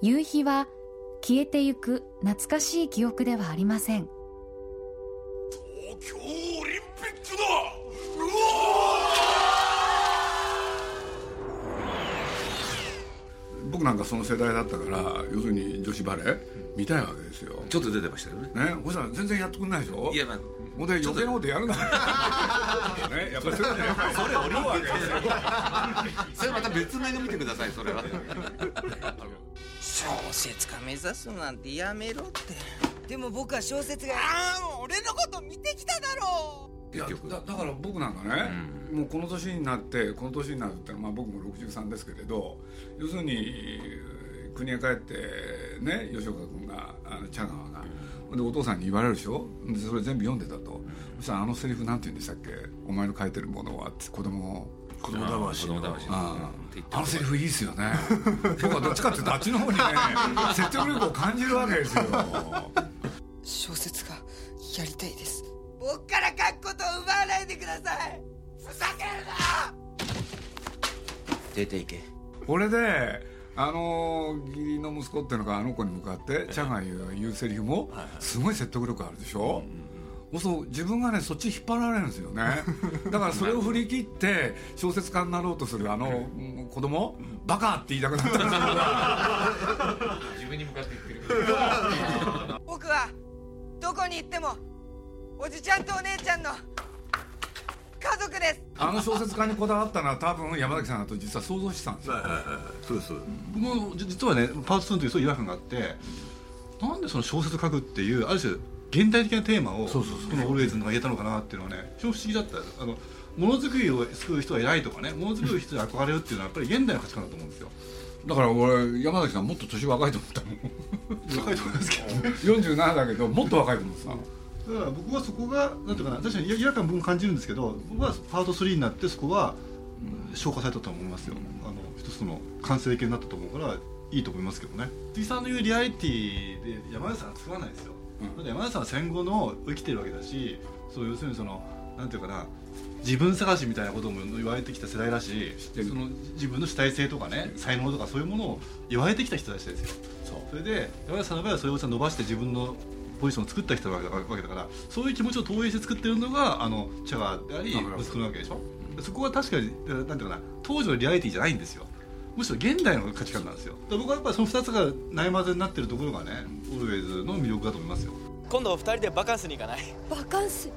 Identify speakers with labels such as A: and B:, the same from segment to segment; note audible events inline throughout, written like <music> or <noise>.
A: 夕日は消えてゆく懐かしい記憶ではありません
B: 東京オリンピックだうおー僕なんかその世代だったから要するに女子バレー見たいわけですよ、
C: ちょっと出てましたよね
B: ね、ほしたら全然やってくんないでしょ
C: いやまあ
B: ほんで余計なことや
C: <laughs>
B: るなねやっぱりそういうのやっぱり
C: それオリンピックですよそれまた別名で見てくださいそれは
D: 小説家目指すなんてやめろって
E: でも僕は小説が
D: ああ俺のこと見てきただろ
B: いや
C: 結局
B: だだから僕なんかね、もうこの年になってこの年になるってのはまあ僕も63ですけれど要するに国へ帰ってね吉岡君があの茶川が、でお父さんに言われるでしょでそれ全部読んでたと、そしたらあのセリフなんて言うんでしたっけお前の書いてるものはって子供
F: 子供魂
C: 子
F: の
C: 供魂
B: あ
C: って言って
B: ああのセリフいいですよね僕はどっちかっていうとあっちの方にね説得力を感じるわけですよ
E: 小説がやりたいです
D: う僕から書くことを奪わないでくださいふざけるな
F: 出ていけ
B: これであの義理の息子っていうのがあの子に向かってチャが言う言うセリフもすごい説得力あるでしょ、そう自分がねそっち引っ張られるんです <laughs> よねだからそれを振り切って小説家になろうとするあのうん子供バカって言いたくなったんですよ
C: 自分に向かって言ってる
D: 僕はどこに行ってもおじちゃんとお姉ちゃんの家族です
B: あの小説家にこだわったのは多分山崎さんだと実は想像してたんですよ
F: そうです僕もじ実はねパーツ2の時そういう違和感があってなんでその小説を書くっていうある種現代的なテーマを
B: そうそうそう
F: この「オルウェイズ」の中に入れたのかなっていうのはね非常に不思議だったあのものづくりを救う人は偉いとかねものづくりの人に憧れるっていうのはやっぱり現代の価値観だと思うんですよ
B: だから俺山崎さんもっと年若いと思ったもん
F: 若いと思いますけど
B: 47だけどもっと若いと思ってたの
F: だから僕はそこがなんていうかな確かに違和感僕も感じるんですけど僕はパート3になってそこは消化されたと思いますよ、あの一つの完成形になったと思うからいいと思いますけどね辻さんの言うリアリティで山田さんは作らないですよ、だって山田さんは戦後の生きてるわけだしそう要するにそのなんていうかな自分探しみたいなことも言われてきた世代だし
B: ってる
F: その自分の主体性とかね才能とかそういうものを言われてきた人たちですよそれで山田さんの場合はそれをさ伸ばして自分のポジションを作った人なわけだわけだからそういう気持ちを投影して作ってるのがあのチャガーであり
B: なるほど
F: 息子なわけでしょそこは確かにえーなんていうかな当時のリアリティじゃないんですよむしろ現代の価値観なんですよだから僕はやっぱりその2つがないまぜになってるところがねオルウェイズの魅力だと思いますよ
G: 今度二人でバカンスに行かない
H: バカンス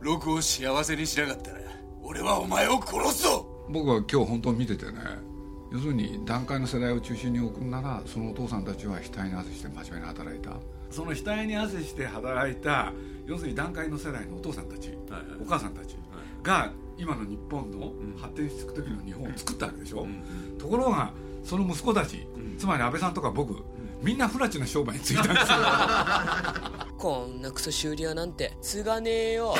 I: ロクを幸せにしなかったら俺はお前を殺すぞ
B: 僕は今日本当に見ててね要するに団塊の世代を中心に送るならそのお父さんたちは額に汗して真面目に働いたその額に汗して働いた要するに団塊の世代のお父さんたち、
C: はいはい
B: お母さんたちが今の日本の発展していく時の日本を作ったわけでしょ、ところがその息子たち、つまり安倍さんとか僕、みんな不埒な商売に就いたんですよ
E: こんなクソ修理屋なんて継がねえよ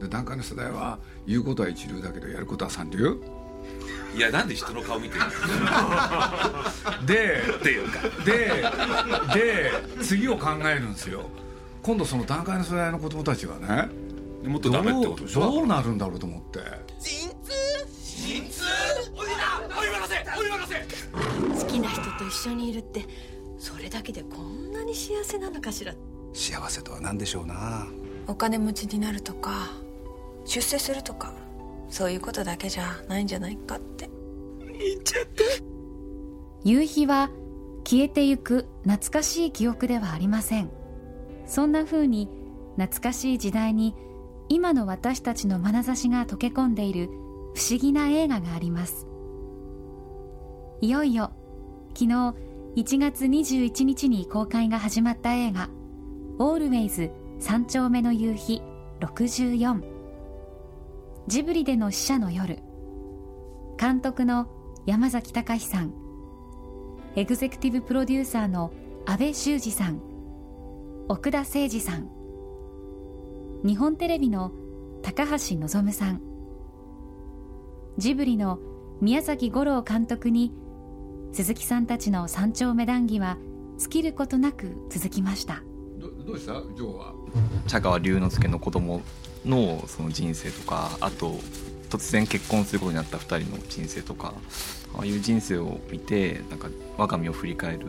B: で団塊の世代は言うことは一流だけどやることは三流
C: いやなんで人の顔見てるんだっ
B: で
C: ていうか
B: でで次を考えるんですよ今度その段階の世代の子供たちはね
C: もっ
B: ど
C: とダメってこ
B: う
C: とでし
B: ど
C: ょ
B: うなるんだろうと思って
D: 陣痛陣痛おいらおい任せおい任せ
H: 好きな人と一緒にいるってそれだけでこんなに幸せなのかしら
I: 幸せとは何でしょうな
J: お金持ちになるとか出世するとかそういうことだけじゃないんじゃないかって
A: 夕日は消えてゆく懐かしい記憶ではありませんそんな風に懐かしい時代に今の私たちの眼差しが溶け込んでいる不思議な映画がありますいよいよ昨日1月21日に公開が始まった映画「オールウェイズ三丁目の夕日64」ジブリでの死者の夜監督の山崎隆さんエグゼクティブプロデューサーの阿部修二さん奥田誠二さん日本テレビの高橋望さんジブリの宮崎五郎監督に鈴木さんたちの三丁目談義は尽きることなく続きました
B: どどうしたジョーは
G: 茶川龍之介の子供のその人生とかあと
K: 突然結婚することになった2人の人生とかああいう人生を見てなんか我が身を振り返る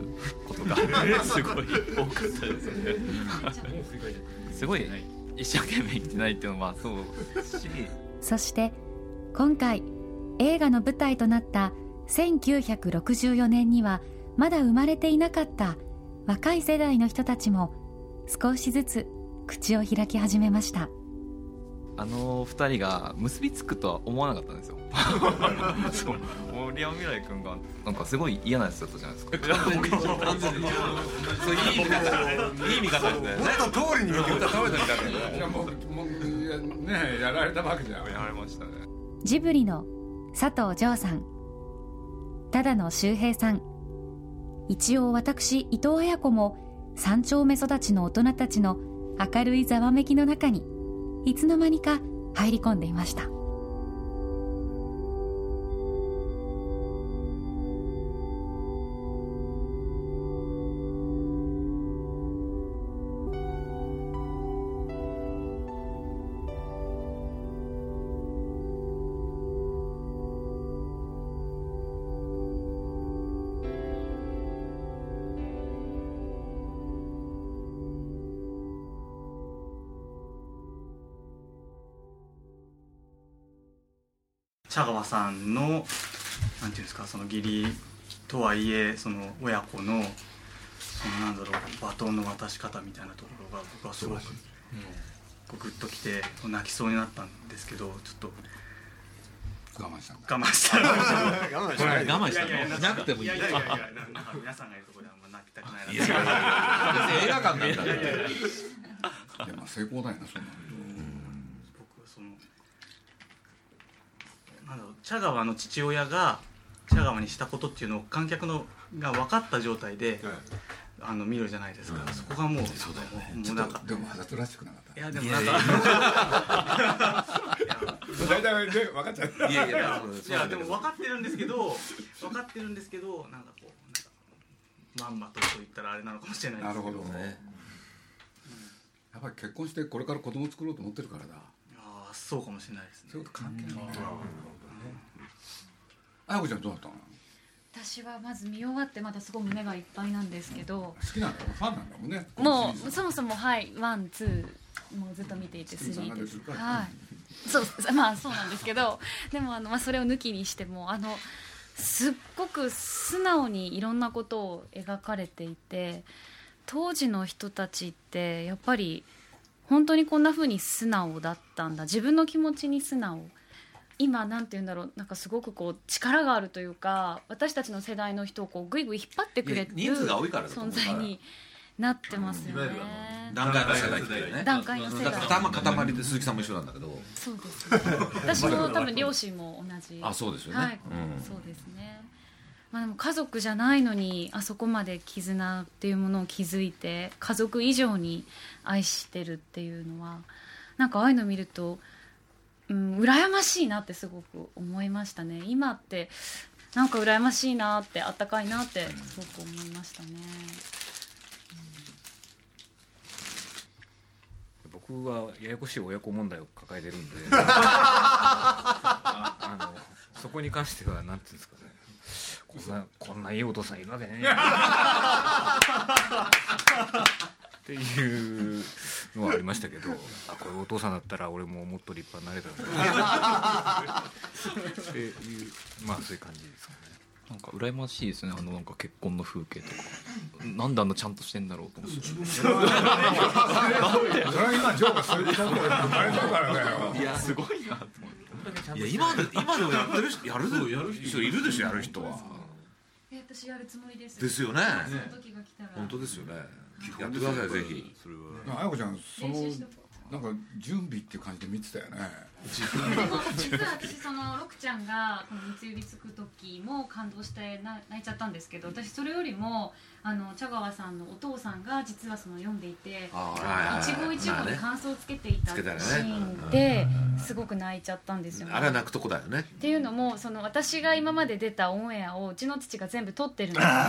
K: ことが <laughs> すごい多かったですよね <laughs> すごい一生懸命生きてないっていうのはそうし <laughs>
L: そして今回映画の舞台となった1964年にはまだ生まれていなかった若い世代の人たちも少しずつ口を開き始めました
K: あの2人が結びつくとは思わなかったん <laughs> ですよそう森山未来君がなんかすごい嫌なやつだったじゃないですか
C: そういい意味だいい意味方ですね思った通りに見てた食べたみたいなね
B: いやもうもういやねやられたわけじゃんやられましたね
L: ジブリの佐藤丈さん忠野修平さん一応私伊藤綾子も三丁目育ちの大人たちの明るいざわめきの中にいつの間にか入り込んでいました
M: 茶川さんのなんていうんですかその義理とはいえその親子のそのなんだろうバトンの渡し方みたいなところが僕はすごくこうグッときて泣きそうになったんですけどちょっと。
B: 我慢した
M: 我慢した
N: 我慢した我慢した
M: いやいや
N: なくてもいい
M: やいやいやいやなんか皆さんがいるところであんま泣きたくないなって
B: いやいやいや別に映画館なんだから
M: いやいやいや
B: いやまあ成功だよなそんなの
M: 僕はそのなんだろう茶川の父親が茶川にしたことっていうのを観客のが分かった状態で、あの見るじゃないですか、そこがもうそうだよねもうなんか
B: でもわざとらしくなかった
M: いやでもなん
B: い
M: か
B: やい大体ね分かっちゃう
M: いやいや
B: そう
M: いやでも分かってるんですけど分かってるんですけどなんかこうなんかまんまとと言ったらあれなのかもしれないです
B: な
M: け
B: る
M: ど
B: ほどねやっぱり結婚してこれから子供作ろうと思ってるからだ
M: ああそうかもしれないですね
B: そういうこと関係ないあやこちゃんどうだったの
A: 私はまず見終わってまだすごい胸がいっぱいなんですけど、
B: 好きなんだよファンなんだもんね
A: もうそもそもはいワンツーもうずっと見ていて
B: スリー
A: ス
B: さん
A: リ
B: が
A: ー
B: 出
A: で
B: て
A: す
B: るから
A: はいそう <laughs> まあそうなんですけどでもあの、まあ、それを抜きにしてもあのすっごく素直にいろんなことを描かれていて当時の人たちってやっぱり本当にこんな風に素直だったんだ自分の気持ちに素直今なんて言うんだろうなんかすごくこう力があるというか私たちの世代の人をこうぐいぐい引っ張ってくれる
C: いや人数が多いからだと思
A: 存
C: うから
A: 在になってますよね。
C: 段階の世代っていうね
A: 段階の世代
C: だから頭塊で鈴木さんも一緒なんだけど
A: そうです、ね。私も多分両親も同じ。
C: あそうですよね
A: はい、
C: うん
A: そうですね。まあでも家族じゃないのにあそこまで絆っていうものを築いて家族以上に愛してるっていうのはなんかああいうの見ると、うん、羨ましいなってすごく思いましたね今ってなんか羨ましいなってあったかいなってすごく思いましたね。
O: 僕はややこしい親子問題を抱えてるんでああのそこに関してはなんていうんですかねこんなこんないいお父さんいるわけねっていうのはありましたけどあこういうお父さんだったら俺ももっと立派になれたらっていうまあそういう感じですかね。
K: なんか羨ましいですねあのなんか結婚の風景とかなんであんなちゃんとしてんだろうと思って
B: それは今ジョーがそれでちゃんと生まれたからだよ
K: いやすごいなと
C: いや今で今でもやってる人やるぞやる人いるでしょやる人は
A: え私やるつもりです
C: ですよね
A: その時が来たら
C: 本当ですよねやってくださいぜひそれ
B: あやこちゃんそのなんか準備っていう感じで見てたよね
A: 実は私そのロクちゃんがこの三つ指つく時も感動してな泣いちゃったんですけど私それよりもあの茶川さんのお父さんが実はその読んでいて
C: あーはいはいはい
A: 一期一
C: まあ
A: 会
C: ね
A: に感想をつけていたシ
C: つけたよね
A: ーンですごく泣いちゃったんですよね。
C: あれは泣くとこだよね
A: っていうのもその私が今まで出たオンエアをうちの父が全部撮ってるんですよそれ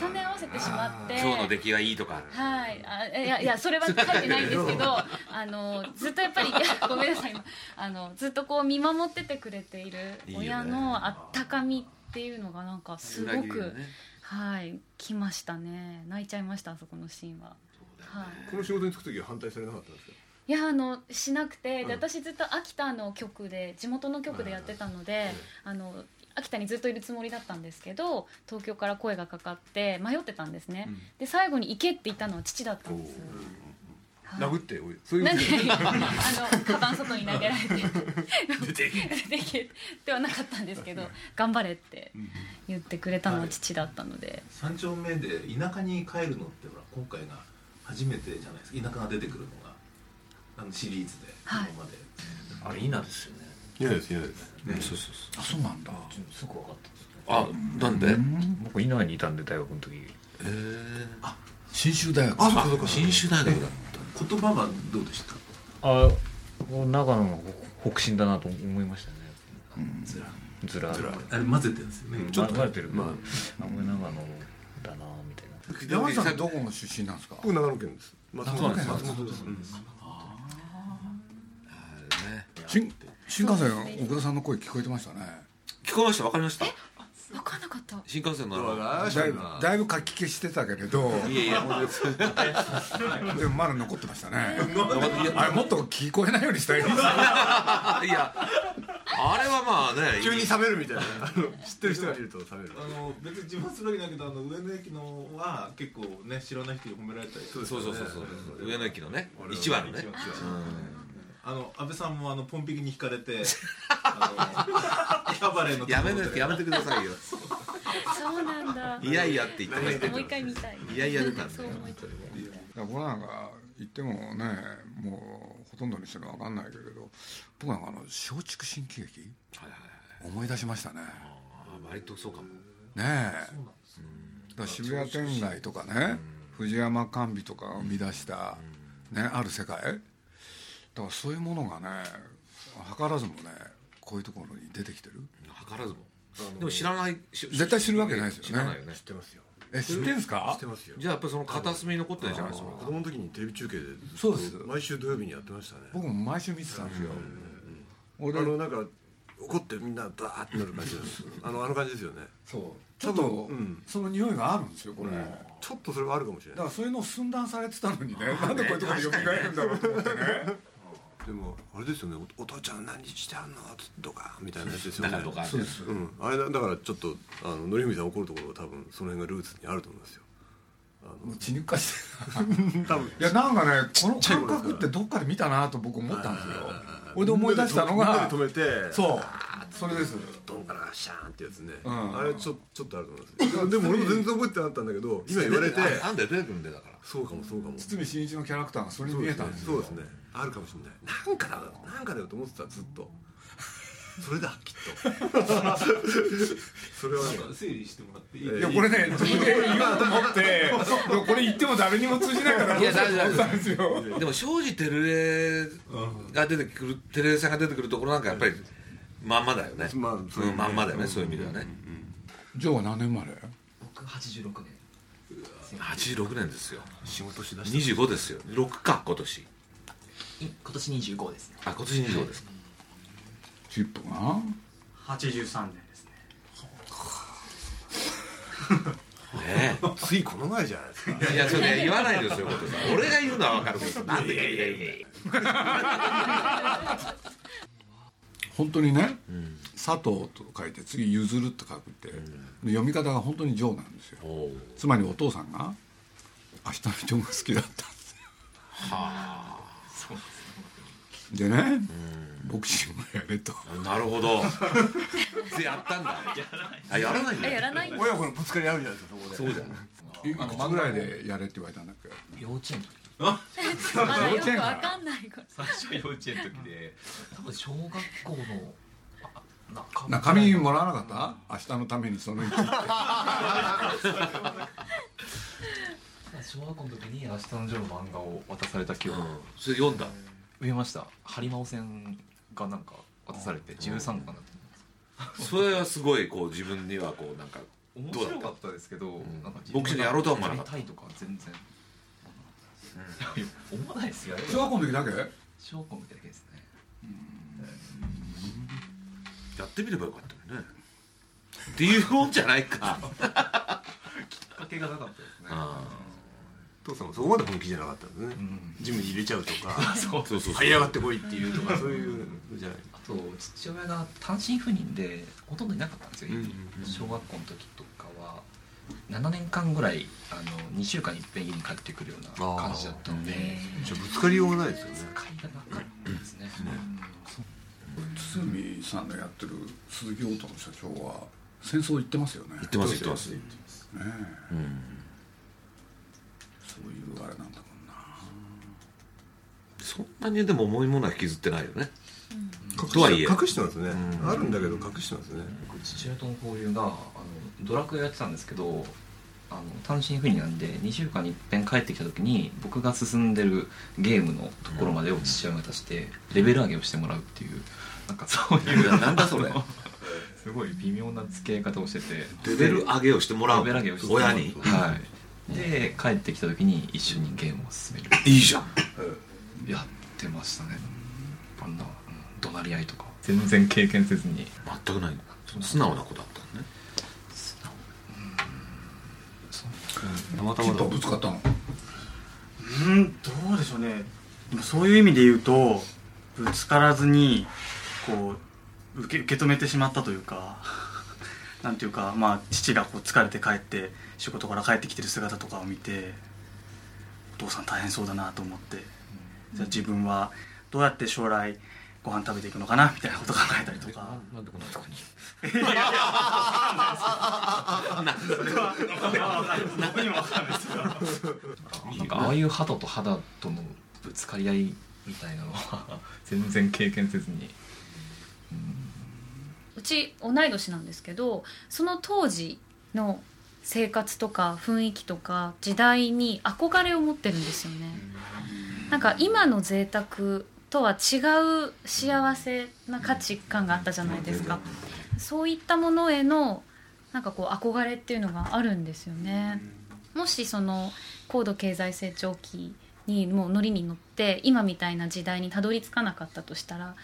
A: と重ね合わせてしまって
C: 今日の出来がいいとか
A: はい、あいやいやそれは書いてないんですけどあのずっとやっぱりいやごめん <laughs> 皆さん今あのずっとこう見守っててくれている親のあったかみっていうのがなんかすご
C: 裏切り
A: く、
C: がね
A: はい来ましたね泣いちゃいましたあそこのシーンは。はい
P: この仕事に就く時は反対されなかったんですか
A: いやあのしなくて、
P: うん
A: で私ずっと秋田の局で地元の局でやってたので、あの秋田にずっといるつもりだったんですけど東京から声がかかって迷ってたんですね、
P: うん
A: で最後に行けって言ったのは父だったんです
P: 殴っておいそういう
A: なん
P: こ
A: で
P: とじゃ
A: あ
P: ない
A: のカバン外に投げられて
P: 出てけ
A: できではなかったんですけど頑張れって言ってくれたのは父だったので、
Q: 三丁目で田舎に帰るのってほら今回が初めてじゃないですか田舎が出てくるのがあのシリーズで今まで、あれ稲ですよね
P: 嫌です嫌です
Q: ね
P: そうそうそうあそうなんだ
Q: すぐ分かった
P: あなんで
O: 僕稲にいたんで大学の時
Q: えー、あ
P: 信州大学
Q: あそうかそうか
P: 信州大学だ
Q: 言葉はどうでした
O: あ長野の北進だなと思いましたね
Q: ずら
O: ずら
Q: ずらあれ混ぜてるんですよね
O: うん
Q: ちょっと
O: 混ぜてる
Q: ま
O: ま
Q: あ
O: あこれ長野だなみたいな
P: 山下さん
B: どこの出身なんですか
P: 僕長野県です松
B: 長野
P: 本で
B: 県
P: す松本です
B: 新新幹線奥田さんの声聞こえてましたね
C: 聞こえましたわかりました
A: 分かんなかった
C: 新幹線のあの
B: だいぶだいぶ書き消してたけれど
C: いやいや本
B: でもまだ残ってましたねあれもっと聞こえないようにしたい
C: いやあれはまあね
P: 急に冷めるみたいなあの知ってる人がいると冷める
Q: あの別に自慢するわけだけどあの上野駅のは結構ね知らない人に褒められたり
C: そうそうそうそうそう上野駅のね一番のね
Q: あの安倍さんもあのポンピキに引かれて
P: <laughs>
Q: あのキャバレーの
C: やめてやめてくださいよ
A: そうなんだ
C: いやいやって言ってましたけど
A: もう一回見たい
C: いやいや出たんだ
A: そう
C: よ
A: 思いつつ
B: だから僕なんか行ってもねもうほとんどの人には分かんないけれど僕なんかあの松竹新喜劇思い出しましたね
C: あ割とそうかも
B: ねえだから渋谷店街とかね藤山甘美とかが生み出した、ね、ある世界だからそういうものがね図らずもねこういうところに出てきてる
C: 図らずもでも知らないし
B: 絶対知るわけないですよね
C: 知らないよね
P: 知ってますよ
B: え知ってんすか
P: 知ってますよ
C: じゃあやっぱりその片隅に残ってるじゃないですか
P: あー子供の時にテレビ中継で
B: そうです
P: 毎週土曜日にやってましたね
B: 僕も毎週見てたんですよ、
P: うんあのなんか怒ってみんなバーってなる感じなん <laughs> ですあのあの感じですよね
B: そうちょっと、その匂いがあるんですよこれ、
P: ちょっとそれはあるかもしれ
B: だ
P: な
B: か
P: い
B: らそういうのを寸断されてたのに
P: <laughs>
B: ねなんでこういうところによみがえるんだろうと思ってね
P: でもあれですよねおお父ちゃん何してあんのとかみたいなやつですよね
C: だからとか
P: そうです、うん、あれだだからちょっとあの紀文さん怒るところは多分その辺がルーツにあると思いますよ
B: もう血抜かして <laughs>
P: 多分
B: いやなんかねこの
P: ちっちゃい
B: 感
P: 頃
B: 覚ってどっかで見たなと僕思ったんですよ俺で思い出したのが
P: みんなで止めて
B: そうそれです
P: ドンからシャーンってやつね、
B: うん
P: あれちょちょっとあると思いますいやでも俺も全然覚えてなかったんだけど今言われて
C: あんだよ出てくるんでだから
P: そうかもそうかも
B: 堤真一のキャラクターがそれに見えたんですよ
P: そうですねあるかもしれないなんかだよなんかだよと思ってたずっとそれだきっと <laughs> それはね
Q: 整理してもらっていい
P: えー
B: いやこれね自分で言おうと思ってでもこれ言っても誰にも通じないから
C: いや大丈
B: 思
C: 夫
B: ったんですよ
C: でも庄司照江が出てくる照江さんが出てくるところなんかやっぱりまんまだよね
P: まあ
C: そういうねうんまんまだよねそういう意味ではね
B: ジョーは何年生まれ
G: 僕86年
C: 86年ですよ
P: 仕事しだ
G: した
C: 25ですよ6か今年
G: い今年25ですね
C: あ今年25ですか
B: チップが
M: 83年ですね
C: ね
P: ついこの前じゃないですか
C: いやそれね言わないでよそういうことさ俺が言うのは分かるけどなんでいやいやいやいや
B: 本当にね、佐藤と書いて次譲るって書くって、読み方が本当にジョーなんですよつまりお父さんが明日の人が好きだったんですよ
C: は
B: でね、ボクシングやれと
C: あなるほどでやったんだあやらないんだ
A: えやらないんだ
P: 親子のぶつかり合うじゃないですかそこで
C: そうじゃない
B: 今いくつぐらいでやれって言われたんだっけ
G: 幼稚園の時
A: ま
B: あ
A: だよ
B: 幼
A: く分
B: 稚園か
A: かんないこれ
G: 最初は幼稚園の時で多分小学校の
B: ら中身もらわなかった明日のためにその一日
G: 小学校の時に「明日のジョー」の漫画を渡された記憶、
C: それ読んだ
G: 読みました張真央線がなんか渡されて13巻だった
C: それはすごいこう自分にはこうなんか
G: 面
C: どうだ
G: 白
C: った
G: かったですけど、なんか
C: ボクシングやろうとは思わなかった
G: やりたいとか全然思わないですよ
B: 小学校の時だけ
G: 小学校の時だけですね
C: やってみればよかったよねっていうもんじゃないか
P: 家計がなかったですね
C: あ
P: 父さんもそこまで本気じゃなかったんですね、ジムに入れちゃうとか
G: そうそうそう
P: 這い上がってこいっていうとかそういうのじゃない
G: あと父親が単身赴任でほとんどいなかったんですよ、
P: うんうんうん
G: 小学校の時とかは7年間ぐらいあの2週間にいっぺん家に帰ってくるような感じだったので
P: じゃあぶつかりようがないですよね
G: ですね、
B: 堤さんのやってる鈴木オートの社長は戦争行ってますよね
C: 行ってます行ってます
B: ねえ
C: あうん
B: そういうあれなんだもんな
C: そんなにでも重いものは引きずってないよね
P: 隠し
C: とはいえ
P: 隠してますね、
G: うん
P: あるんだけど隠してますね
G: 僕父親との交流があのドラクエやってたんですけどあの単身赴任なんで2週間に一遍帰ってきた時に僕が進んでるゲームのところまでを父親が足してレベル上げをしてもらうっていうなんかそういう
C: <laughs> なんだそれ
G: <laughs> すごい微妙な付け方をしてて
C: レベル上げをしてもらう
G: レベル上げをしてもらう
C: 親に
G: はいで帰ってきた時に一緒にゲームを進める
C: いいじゃん
G: やってましたねあんなうん怒鳴り合いとか全然経験せずに
C: 全くない素直な子だったのね
M: た
C: またまだ
M: ぶつかったのうんどうでしょうねでもそういう意味で言うとぶつからずにこう受け受け止めてしまったというか <laughs> なんていうか、まあ、父がこう疲れて帰って仕事から帰ってきてる姿とかを見てお父さん大変そうだなと思ってじゃあ自分はどうやって将来ご飯食べていくのかなみたいなことを考えたりとか。 <laughs> なんでこんなとこに僕にも分かんないです
G: なんかああいう肌と肌とのぶつかり合いみたいなのは <laughs> 全然経験せずに
A: うち同い年なんですけどその当時の生活とか雰囲気とか時代に憧れを持ってるんですよねなんか今の贅沢とは違う幸せな価値観があったじゃないですかそういったものへのなんかこう憧れっていうのがあるんですよねもしその高度経済成長期にもう乗りに乗って今みたいな時代にたどり着かなかったとしたら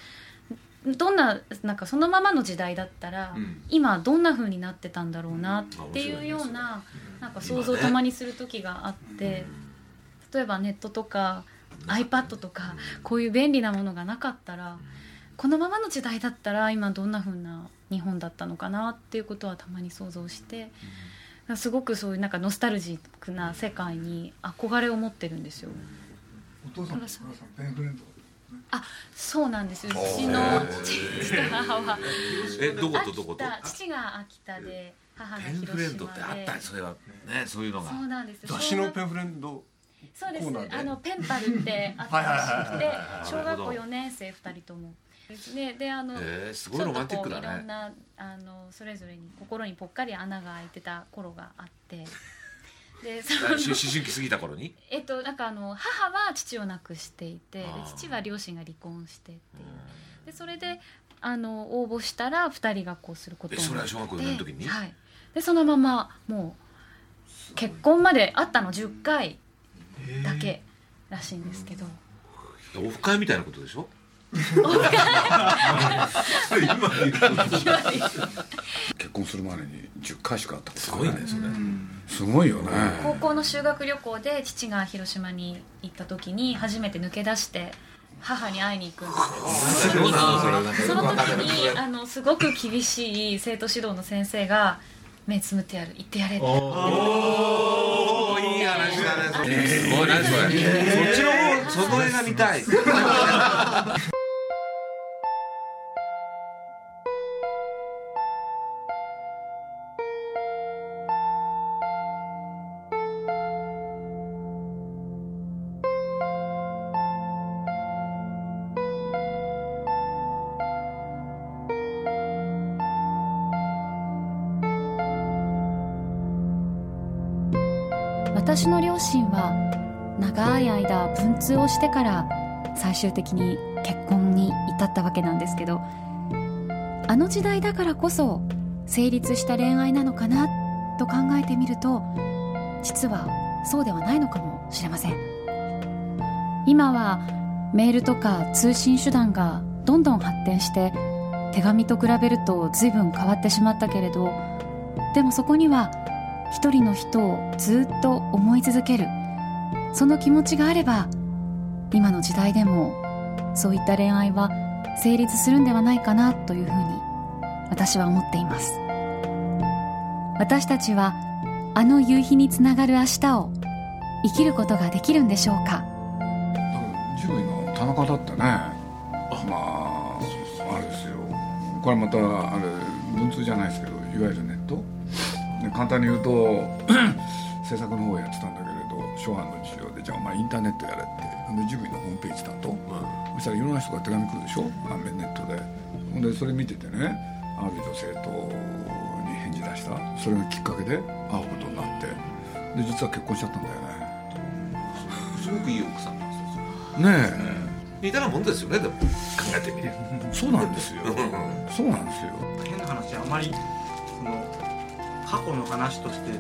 A: どんななんかそのままの時代だったら、
C: うん
A: 今どんな風になってたんだろうなっていうよう
C: うん
A: な,、なんか
C: 今
A: 想
C: ね
A: 像をたまにする時があって、例えばネットとか iPad とか、こういう便利なものがなかったら、このままの時代だったら今どんな風な日本だったのかなっていうことはたまに想像して、すごくそういうなんかノスタルジックな世界に憧れを持ってるんですよ。
R: お父さんとお母さんペンフレンド
A: そうなんですうちの父と母は
C: えどことどこと
A: 秋田父が秋田で母が
C: ペンフレンドってあったり
A: 広
C: それはねそういうのが
A: そうなんです
C: 雑
A: 雑
C: 誌
A: 誌
C: の
A: の
C: ペ
A: ペ
C: ンフレンド
A: 島で
C: コ
A: そ
C: ー
A: う
C: ナ
A: で
C: ーです
A: あのペンパルってあった
C: はいはいはいはい
A: らしくて小
C: なる
A: 学
C: ほ
A: 校
C: ど
A: 4年生2人とも。ね、であの、
C: へえすごいロマンティックだ
A: ち
C: ね
A: ょっとこういろんなあのそれぞれに心にぽっかり穴が開いてた頃があってでその
C: 思春期過ぎた頃に
A: えっと、なんかあの母は父を亡くしていてで
C: あー
A: 父は両親が離婚してっていうでそれであの応募したら2人がこうすること
C: えそれは小学校四年の時に
A: はい、でそのままもう結婚まであったの10回だけらしいんですけど、
C: オフ会みたいなことでしょ
B: 結婚するまでに10回しか会ったことす
C: ごいねそれ
B: すごいよね
A: 高校の修学旅行で父が広島に行った時に初めて抜け出して母に会いに行くんです
C: すごいなそれ
A: その時にあのすごく厳しい生徒指導の先生が「目つむってやる行ってやれ」って
C: おいい話だねすごい何それそっちの方その映画見たい
L: 私の両親は長い間文通をしてから最終的に結婚に至ったわけなんですけどあの時代だからこそ成立した恋愛なのかなと考えてみると実はそうではないのかもしれません今はメールとか通信手段が
A: どんどん発展して手紙と比べると随分変わってしまったけれどでもそこには一人の人をずっと思い続けるその気持ちがあれば今の時代でもそういった恋愛は成立するんではないかなというふうに私は思っています私たちはあの夕日につながる明日を生きることができるんでしょうか
B: 10位の田中だったねまああれですよこれまたあれ文通じゃないですけどいわゆるネットで簡単に言うと <clears throat> 制作の方をやってたんだけれど初版の授業でじゃあお前インターネットやれってでジブリのホームページだと、そしたらいろんな人が手紙来るでしょ、あネットでほんでそれ見ててねある女性とに返事出したそれがきっかけで会うことになってで実は結婚しちゃったんだよね
C: すごくいい奥さんなんですよ
B: ね
C: 似たようなもんですよねでも考えてみれば
B: そうなんですよそうなんですよ
M: 変な話あまりその過去の話として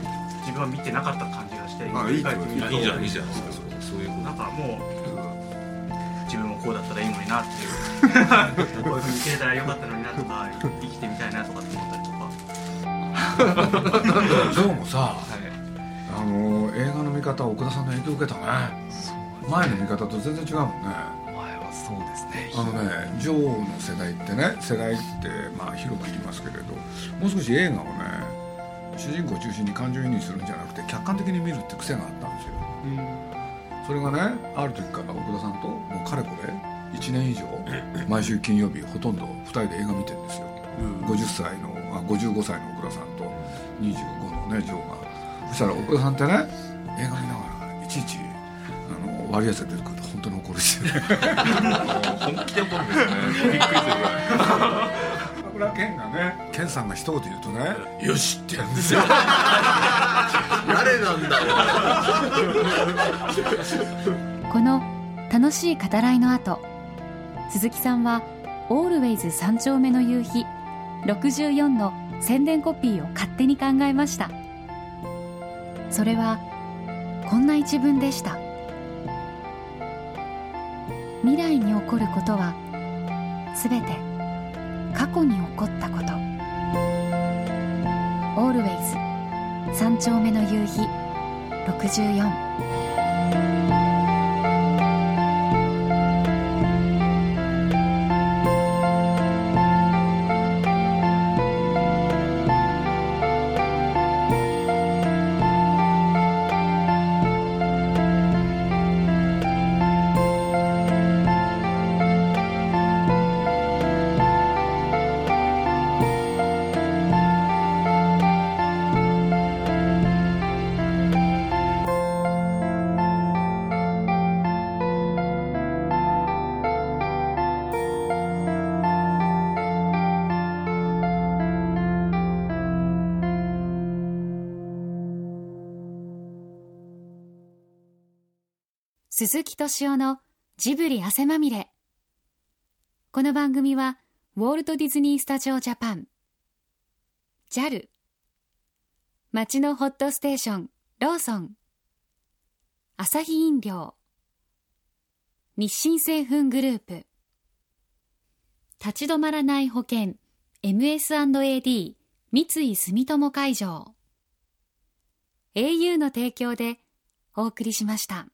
M: 自分は見てなかった感じがして
C: あいいと思う
M: 振り返ってみると
C: いいじゃんいいじゃんそうそうそういうこと
M: なんかもう自分もこうだったらいいのになって
C: <laughs>
M: いうこういうふうに生きれたらよかったのになとか生きてみたいなとかって思ったりとか
B: でもさ、あの映画の見方は奥田さんの影響を受けたね前の見方と全然違うもんね前はそうですねあのね女王の世代ってね世代ってまあ広く言いますけれどもう少し映画をね主人公を中心に感情移入するんじゃなくて客観的に見るって癖があったんですよ、それがねある時から奥田さんともうかれこれ1年以上毎週金曜日ほとんど2人で映画見てるんですよ、50歳のあ55歳の奥田さんと25のねジョーがそしたら奥田さんってね映画見ながらいちいちあの悪いやつが出てくると本当に怒るしね
C: 本気で怒るんですねびっくりするぐらい
B: 桜健がね健さんが一言言うとね「よし!」ってやるんですよ
C: 誰なんだ
A: この楽しい語らいの後鈴木さんは「オールウェイズ三丁目の夕日64」の宣伝コピーを勝手に考えましたそれはこんな一文でした未来に起こることはすべて過去に起こったこと「オールウェイズ三丁目の夕日64」鈴木敏夫のジブリ汗まみれ。この番組は、ウォールト・ディズニー・スタジオ・ジャパン、JAL、街のホットステーション、ローソン、アサヒ飲料、日清製粉グループ、立ち止まらない保険、MS&AD、三井住友海上、au の提供でお送りしました。